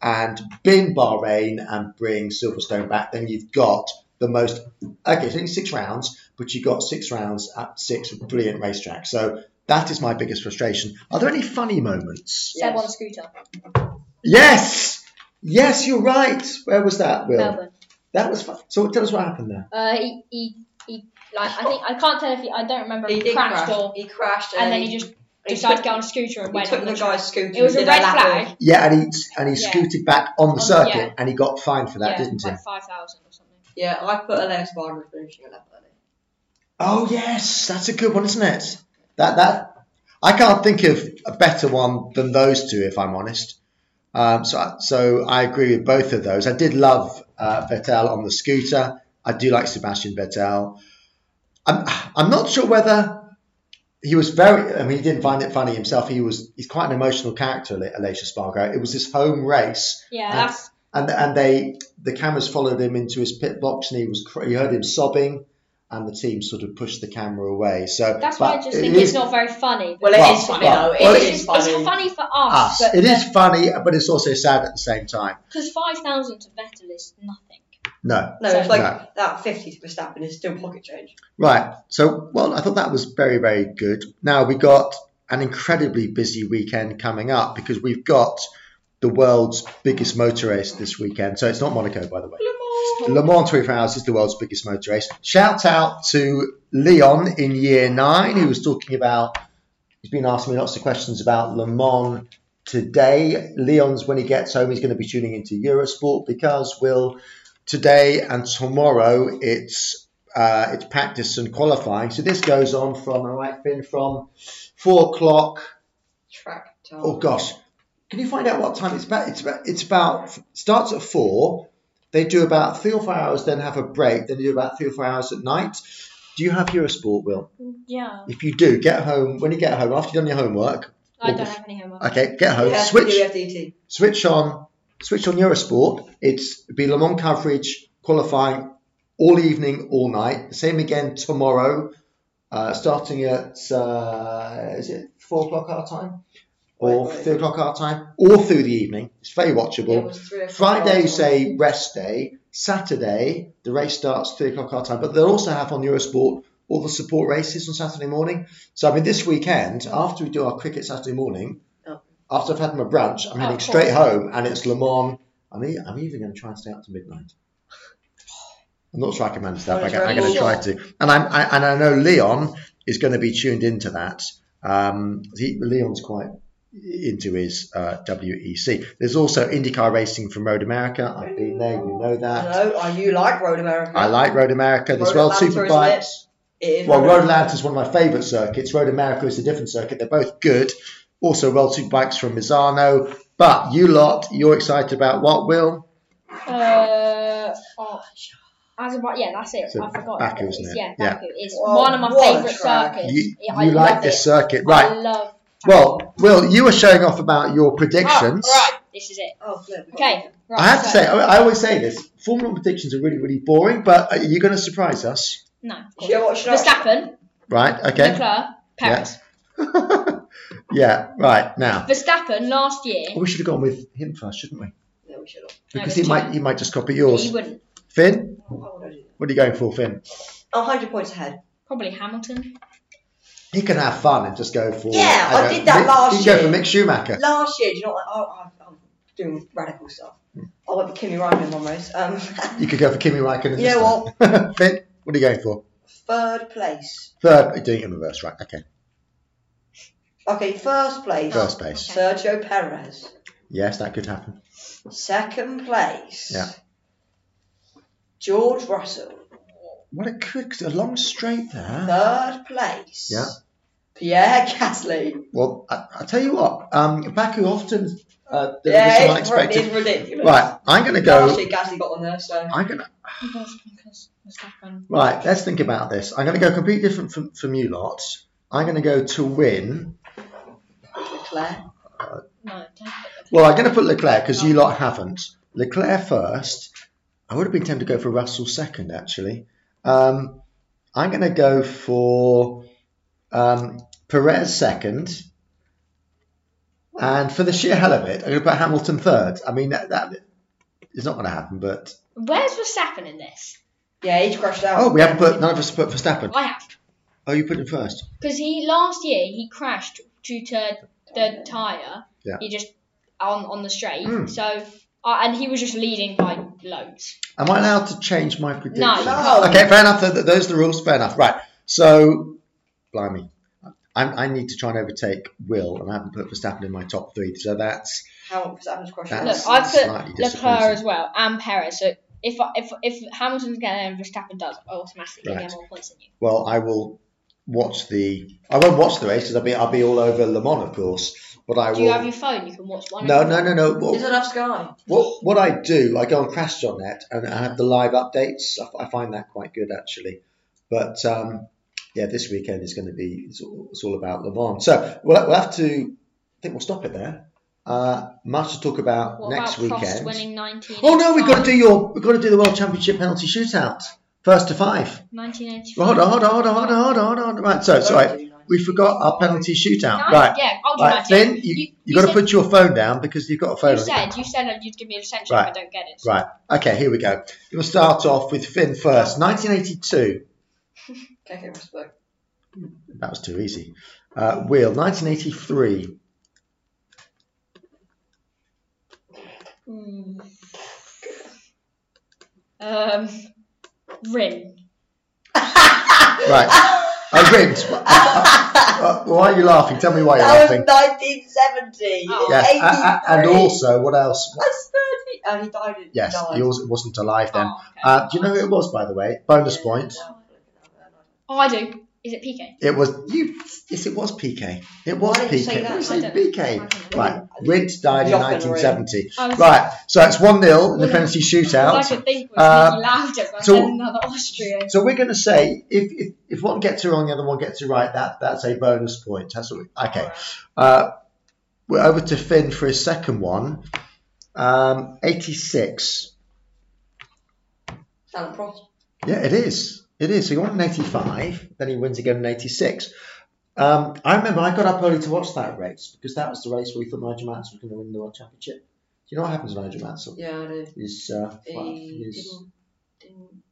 D: and bin Bahrain and bring Silverstone back. Then you've got the most. Okay, it's only six rounds, but you've got six rounds at six brilliant racetracks. So that is my biggest frustration. Are there any funny moments?
E: Seb
F: Yes.
E: on scooter.
D: Yes! Yes, you're right. Where was that, Will?
E: Melbourne.
D: That was fun. So tell us what happened there.
E: Uh, he, he, he, like I think I can't tell if he, I don't remember if
F: He
E: he,
F: did
E: crashed
F: crash.
E: or
F: He crashed,
E: and then he just
F: he
E: decided
F: took-
E: to get on a scooter and
F: he
E: went.
F: took
E: on
F: the
E: track.
F: guy's scooter.
E: It was
F: and
E: a
F: did
E: red
F: lap
E: flag.
F: of-
D: Yeah, and he and he
E: Yeah.
D: scooted back on the
E: On-
D: circuit,
E: yeah.
D: and he got fined for that,
E: yeah,
D: didn't he?
E: like five thousand or something.
F: Yeah, I put Alex Baldwin finishing a lap early.
D: Oh yes, that's a good one, isn't it? That that I can't think of a better one than those two, if I'm honest. Um, so I- so I agree with both of those. I did love uh, Vettel on the scooter. I do like Sebastian Vettel. I'm I'm not sure whether he was very. I mean, he didn't find it funny himself. He was he's quite an emotional character, Ale- Alicia Spargo. It was his home race,
E: Yeah,
D: And-
E: that's
D: and and they the cameras followed him into his pit box and he was cr- you heard him sobbing and the team sort of pushed the camera away so
E: that's why
D: but
E: I just
D: it
E: think
D: is-
E: it's not very funny.
F: Well, it is
D: Well,
F: funny
D: well,
F: though.
D: well, it
F: it is,
E: it's,
F: funny.
E: it's funny for us,
D: us
E: but
D: it is funny but it's also sad at the same time
E: because five thousand to Vettel is nothing.
D: no
F: No, it's like
D: No.
F: that 50 to Verstappen is still pocket change.
D: right so well i thought that was very very good now we got an incredibly busy weekend coming up because we've got the world's biggest motor race this weekend so it's not monaco by the way Le Mans 24 Hours is the world's biggest motor race. Shout out to Leon in year nine, who was talking about, he's been asking me lots of questions about Le Mans today. Leon's, when he gets home, he's going to be tuning into Eurosport because, Will, today and tomorrow it's uh, it's practice and qualifying. So this goes on from, all right, Finn, from four o'clock
F: Track time.
D: Oh gosh, can you find out what time it's about? It's about it's about starts at four. They do about three or four hours, then have a break. Then they do about three or four hours at night. Do you have Eurosport, Will?
E: Yeah,
D: If you do, get home when you get home after you've done your homework.
E: I don't have any homework.
D: Okay, get home.
F: yeah,
D: switch
F: WFDT.
D: switch on switch on Eurosport. It's it'll be Le Mans coverage, qualifying all evening, all night. Same again tomorrow, uh, starting at uh, is it four o'clock our time? or
F: Right, right.
D: three o'clock our time, or through the evening. It's very
F: It
D: watchable.
F: was three o'clock
D: Friday,
F: our
D: you say rest day. Saturday, the race starts three o'clock our time, but they'll also have on Eurosport all the support races on Saturday morning. So I mean, this weekend after we do our cricket Saturday morning,
F: Oh.
D: after I've had my brunch, I'm
E: Oh,
D: heading
E: cool.
D: straight home, and it's Le Mans. I'm, e- I'm even going to try and stay up to midnight. I'm not sure I can manage that.
F: Oh,
D: But
F: it's
D: I'm going
F: very
D: to try to, and I'm I, and I know Leon is going to be tuned into that. Um, he, Leon's quite into his uh, WEC. There's also IndyCar racing from Road America. I've been there, you know that.
F: Hello, are you like Road America?
D: I like Road America. There's World
F: Road Atlanta, isn't
D: Superbikes.
F: It is
D: Well, Road Atlanta is one of my favourite circuits. Road America is a different circuit. They're both good. Also, World Superbikes from Misano. But you lot, you're excited about what, Will?
E: Uh, oh, as about, yeah, that's it.
D: It's a
E: I forgot.
D: Baku,
E: It's-
D: isn't it?
E: Yeah,
D: Yeah.
E: Baku. It's
F: Well,
E: one of my
F: Oh, what a
E: favourite
F: track.
E: circuits.
D: You,
E: Yeah, I
D: you like
E: love
D: this
E: it.
D: circuit,
E: I
D: right?
E: love.
D: Well, Will, you were showing off about your predictions.
E: Oh, right, this is it.
F: Oh, flip.
E: Okay, right.
D: I have to
E: so-
D: say, I I always say this: Formula One predictions are really, really boring. But are you going to surprise us?
E: no. of course.
F: Should I- should I-
E: Verstappen,
D: Right? Okay.
E: Leclerc, Perez.
D: yeah. Right. Now,
E: Verstappen last year.
D: we should have gone with him first, shouldn't we?
F: Yeah, we should have.
D: Because
E: No,
D: he might, he might just copy yours.
E: He Oh, wouldn't.
D: Finn,
F: How would I do that?
D: what are you going for, Finn?
F: I'm 100 points ahead.
E: Probably Hamilton.
D: He can have fun and just go for.
F: Yeah, I
D: don't-
F: did that
D: Mick-
F: last
D: You go for
F: year.
D: Mick Schumacher.
F: Last year, do you know what? I, I, I'm doing radical stuff. I went for Kimi Räikkönen in one race. Um,
D: You could go for Kimi Räikkönen.
F: You know
D: this time. Finn, what are you going for?
F: third place.
D: Third, you're doing it in reverse, right? Okay.
F: Okay, first place.
D: First place.
F: Sergio Perez.
D: Yes, that could happen.
F: Second place.
D: Yeah.
F: George Russell.
D: What a quick, a long straight there.
F: Third place.
D: Yeah.
F: Pierre Gasly.
D: Well, I, I tell you what, um, Baku often uh, delivers
F: Yeah,
D: some
F: it's, ri-
D: unexpected.
F: it's ridiculous.
D: Right, I'm going to
F: Last
D: go.
F: year, Gasly got on there, so.
D: I'm going to.
E: Because Verstappen.
D: Right, let's think about this. I'm going to go completely different from, from you lot. I'm going to go to win.
F: Leclerc.
E: No, don't put Leclerc.
D: Well, I'm going to put Leclerc because you lot haven't. Leclerc first. I would have been tempted to go for Russell second, actually. Um, I'm going to go for um, Perez second. And for the sheer hell of it, I'm going to put Hamilton third. I mean, that, that is not going to happen, but.
E: Where's Verstappen in this?
F: Yeah, he's crashed out.
D: Oh, we haven't put. None of us put Verstappen.
E: I have.
D: Oh, you put him first.
E: Because he last year he crashed due to the tire.
D: Yeah.
E: He just on on the straight.
D: Hmm.
E: So uh, and he was just leading by loads.
D: Am I allowed to change my prediction?
F: No.
D: Okay, fair enough. Th- th- Those are the rules. Fair enough. Right. So, blimey, I'm, I need to try and overtake Will, and I haven't put Verstappen in my top three. So that's
F: How Verstappen's crashed out.
D: That's
E: Look, I
D: slightly
E: put Leclerc
D: disappointing.
E: as well and Perez. So if I- if if Hamilton's getting and Verstappen does, I automatically
D: Right.
E: get more points than you.
D: well. I will watch the. I won't watch the race because I'll be I'll be all over Le Mans, of course. But I
E: Do
D: will.
E: you have your phone? You can watch one.
D: no,
E: of
D: no,
E: them.
D: no, no.
F: Is
D: What,
F: it enough Sky?
D: what, what I do, I go on CrashJonet and I have the live updates. I, f- I find that quite good actually. But um, yeah, this weekend is going to be it's all, it's all about Le Mans. So we'll, we'll have to. I think we'll stop it there. Uh, much to talk about
E: What
D: next
E: about Prost
D: weekend.
E: winning 1985?
D: Oh no, we've got to do your we've got to do the World Championship penalty shootout. First to five.
E: 1985.
D: Well, hold on, hold on, hold on, hold on, hold on, hold on. Right, so sorry. We forgot our penalty shootout.
E: Nice,
D: Right.
E: yeah, I'll do
D: right.
E: that too.
D: Finn, you,
E: You-
D: you,
E: you
D: gotta
E: said-
D: put your phone down because you've got a phone
E: You
D: on you.
E: said you said that you'd give me a sanction
D: Right.
E: if I don't get it. So
D: Right. Okay, here we go. We'll start off with Finn first. nineteen eighty two.
F: Okay, okay, respect.
D: That was too easy. Uh, Wheel, nineteen eighty three.
E: Hmm. Um, Rin.
D: Right. I grinned. Uh, uh, uh, why are you laughing? Tell me why you're
F: That was
D: laughing.
F: 1970.
E: Oh.
D: Yeah,
F: It's
D: uh, uh, and
F: 83.
D: also, what else?
F: That's 30. And he died in
D: Yes,
F: died.
D: yours it wasn't alive then.
E: Oh, okay.
D: Uh, do you know who it was, by the way? Bonus point.
E: Oh, I do. Is it PK?
D: It was you. Yes, it was PK. It was
F: Why did you
D: PK.
F: say that?
D: Why
F: I
D: did
E: don't-
D: you
E: I
D: say
E: don't
D: PK?
E: know.
D: Right. Rint died in
F: Jock and
D: 1970.
E: I was-
D: Right. So it's one 0 in the penalty
E: All I could
D: shootout.
E: think was
D: Uh,
E: he laughed at but
D: so-
E: then another Austrian.
D: So we're going to say if, if if one gets it wrong, the other one gets it right. That that's a bonus point. That's what we, okay. Uh, we're over to Finn for his second one. Um, 86.
F: Alan Prost.
D: Yeah, it is. It is. So he won in 85, then he wins again in 86. Um, I remember I got up early to watch that race because that was the race where we thought Nigel Mansell was going to win the World Championship. Do you know what happens to Nigel Mansell?
F: Yeah, I do.
D: He's, uh, well,
F: He
D: he's-
F: didn't, didn't.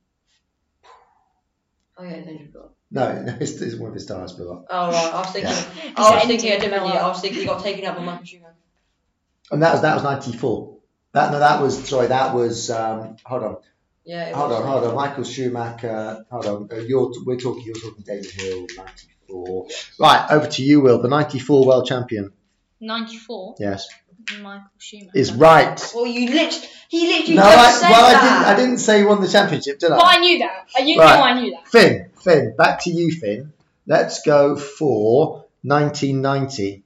F: Oh yeah, then you got.
D: no, no, it's, it's one of his tires blew up.
F: Oh right, I was thinking.
E: Yeah.
F: I was
E: Just
F: thinking a
E: ended
F: different
E: up.
F: year. I was thinking he got taken out by Michael Schumacher.
D: And that was that was ninety four. That no, that was sorry, that was um, hold on,
F: Yeah. it
D: hold
F: was.
D: on, hold on. Michael Schumacher, hold on. Uh, you're we're talking you're talking David Hill ninety four. Right, over to you, Will, the ninety four world champion.
E: 94,
D: Yes,
E: Michael Schumacher.
D: is right.
F: Well, you literally, he literally
D: No, I,
F: just said
D: well, I
F: that.
D: didn't. I didn't say he won the championship, did I?
E: But I knew that. I knew,
D: Right.
E: no, I knew that.
D: Finn, Finn, back to you, Finn. Let's go for 1990.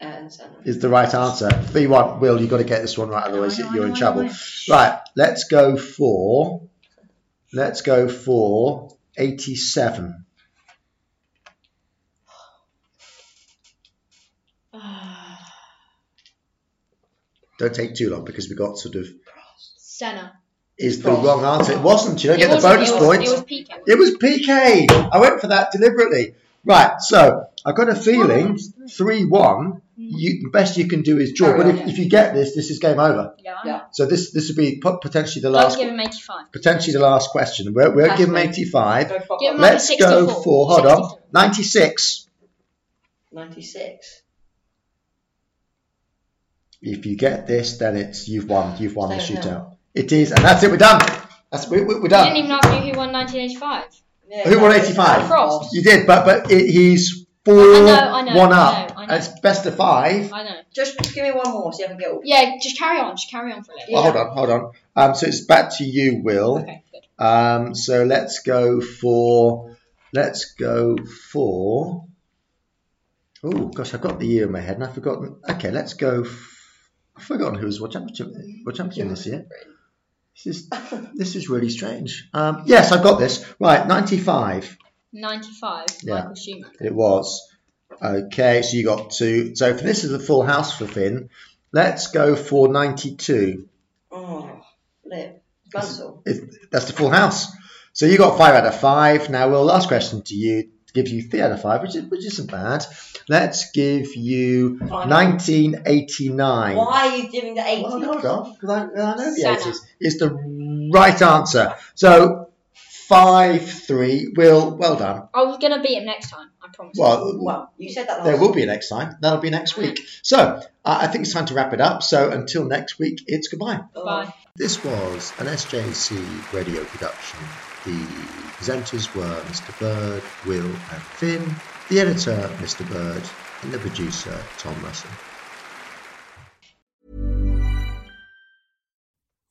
F: And
E: um,
F: Senna.
D: Is the right answer. Three one. Will, you've got to get this one right, otherwise you're in trouble. Right. Let's go for. Let's go for 87. Don't take too long because we got sort of
E: Senna.
D: is the wrong answer. It wasn't. You don't
E: It
D: get the
E: wasn't-
D: bonus
E: it was-
D: point.
E: It was Piquet.
D: It was PK. I went for that deliberately. Right, so I've got a feeling three one. You, the best you can do is draw.
F: Carry
D: But
F: on,
D: if,
F: yeah.
D: if you get this, this is game over.
E: Oh, Yeah. Oh,
F: Yeah.
E: yeah.
D: So this this would be po- potentially the
E: Don't
D: last
E: give him 85.
D: potentially the last question. We're we're
F: That's
D: giving
F: me.
D: eighty five.
F: Go fuck
E: Give
F: off.
E: him-
D: Let's go
E: 64.
D: for hold on
E: 63.
D: ninety six.
F: 96.
D: If you get this, then it's you've won. You've won the
F: Stay
D: shootout. It is, and that's it. We're done. That's we, we, we're
E: You didn't
D: done.
E: even ask me who won 1985.
F: Yeah,
D: Who won
F: no,
D: eighty five?
E: Frost.
D: You did, but but it, he's four
E: know, I know,
D: one
E: I
D: up.
E: know, I know.
D: It's best of five.
E: I know.
F: Just give me one more so you haven't get all.
E: Yeah, just carry on. Just carry on for a little.
D: Well, Oh, hold on, hold on. Um, so it's back to you, Will.
E: Okay, good.
D: Um, so let's go for let's go for. Oh gosh, I've got the year in my head and I've forgotten. Okay, let's go. f- I've forgotten who was world championship world champion this year. This is this is really strange. Um, yes, I've got this right. Ninety five.
E: 95,
D: Yeah.
E: Michael Schumacher.
D: It was. Okay, so you got two. So for this is a full house for Finn. Let's go for ninety two.
F: Oh, flip. Mansell.
D: It, that's the full house. So you got five out of five. Now, Will, last question to you gives you three out of five, which, is, which isn't bad. Let's give you 1989.
F: Why are you giving the 80?
D: Well, hold on, because I, I know the
E: Senna.
D: 80s. It's the right answer. So, 5 3. Will, well done.
E: I was going to beat him next time, I promise.
D: Well,
F: Well, you said that last
D: there will be a next time. That'll be next week. So, uh, I think it's time to wrap it up. So, until next week, it's goodbye.
F: Oh.
E: Bye.
D: This was an SJC radio production. The presenters were Mr. Bird, Will, and Finn, the editor, Mr. Bird, and the producer, Tom Russell.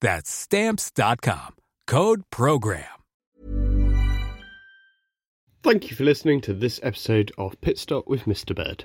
H: That's stamps.com. Code program.
G: Thank you for listening to this episode of Pit Stop with Mr. Bird.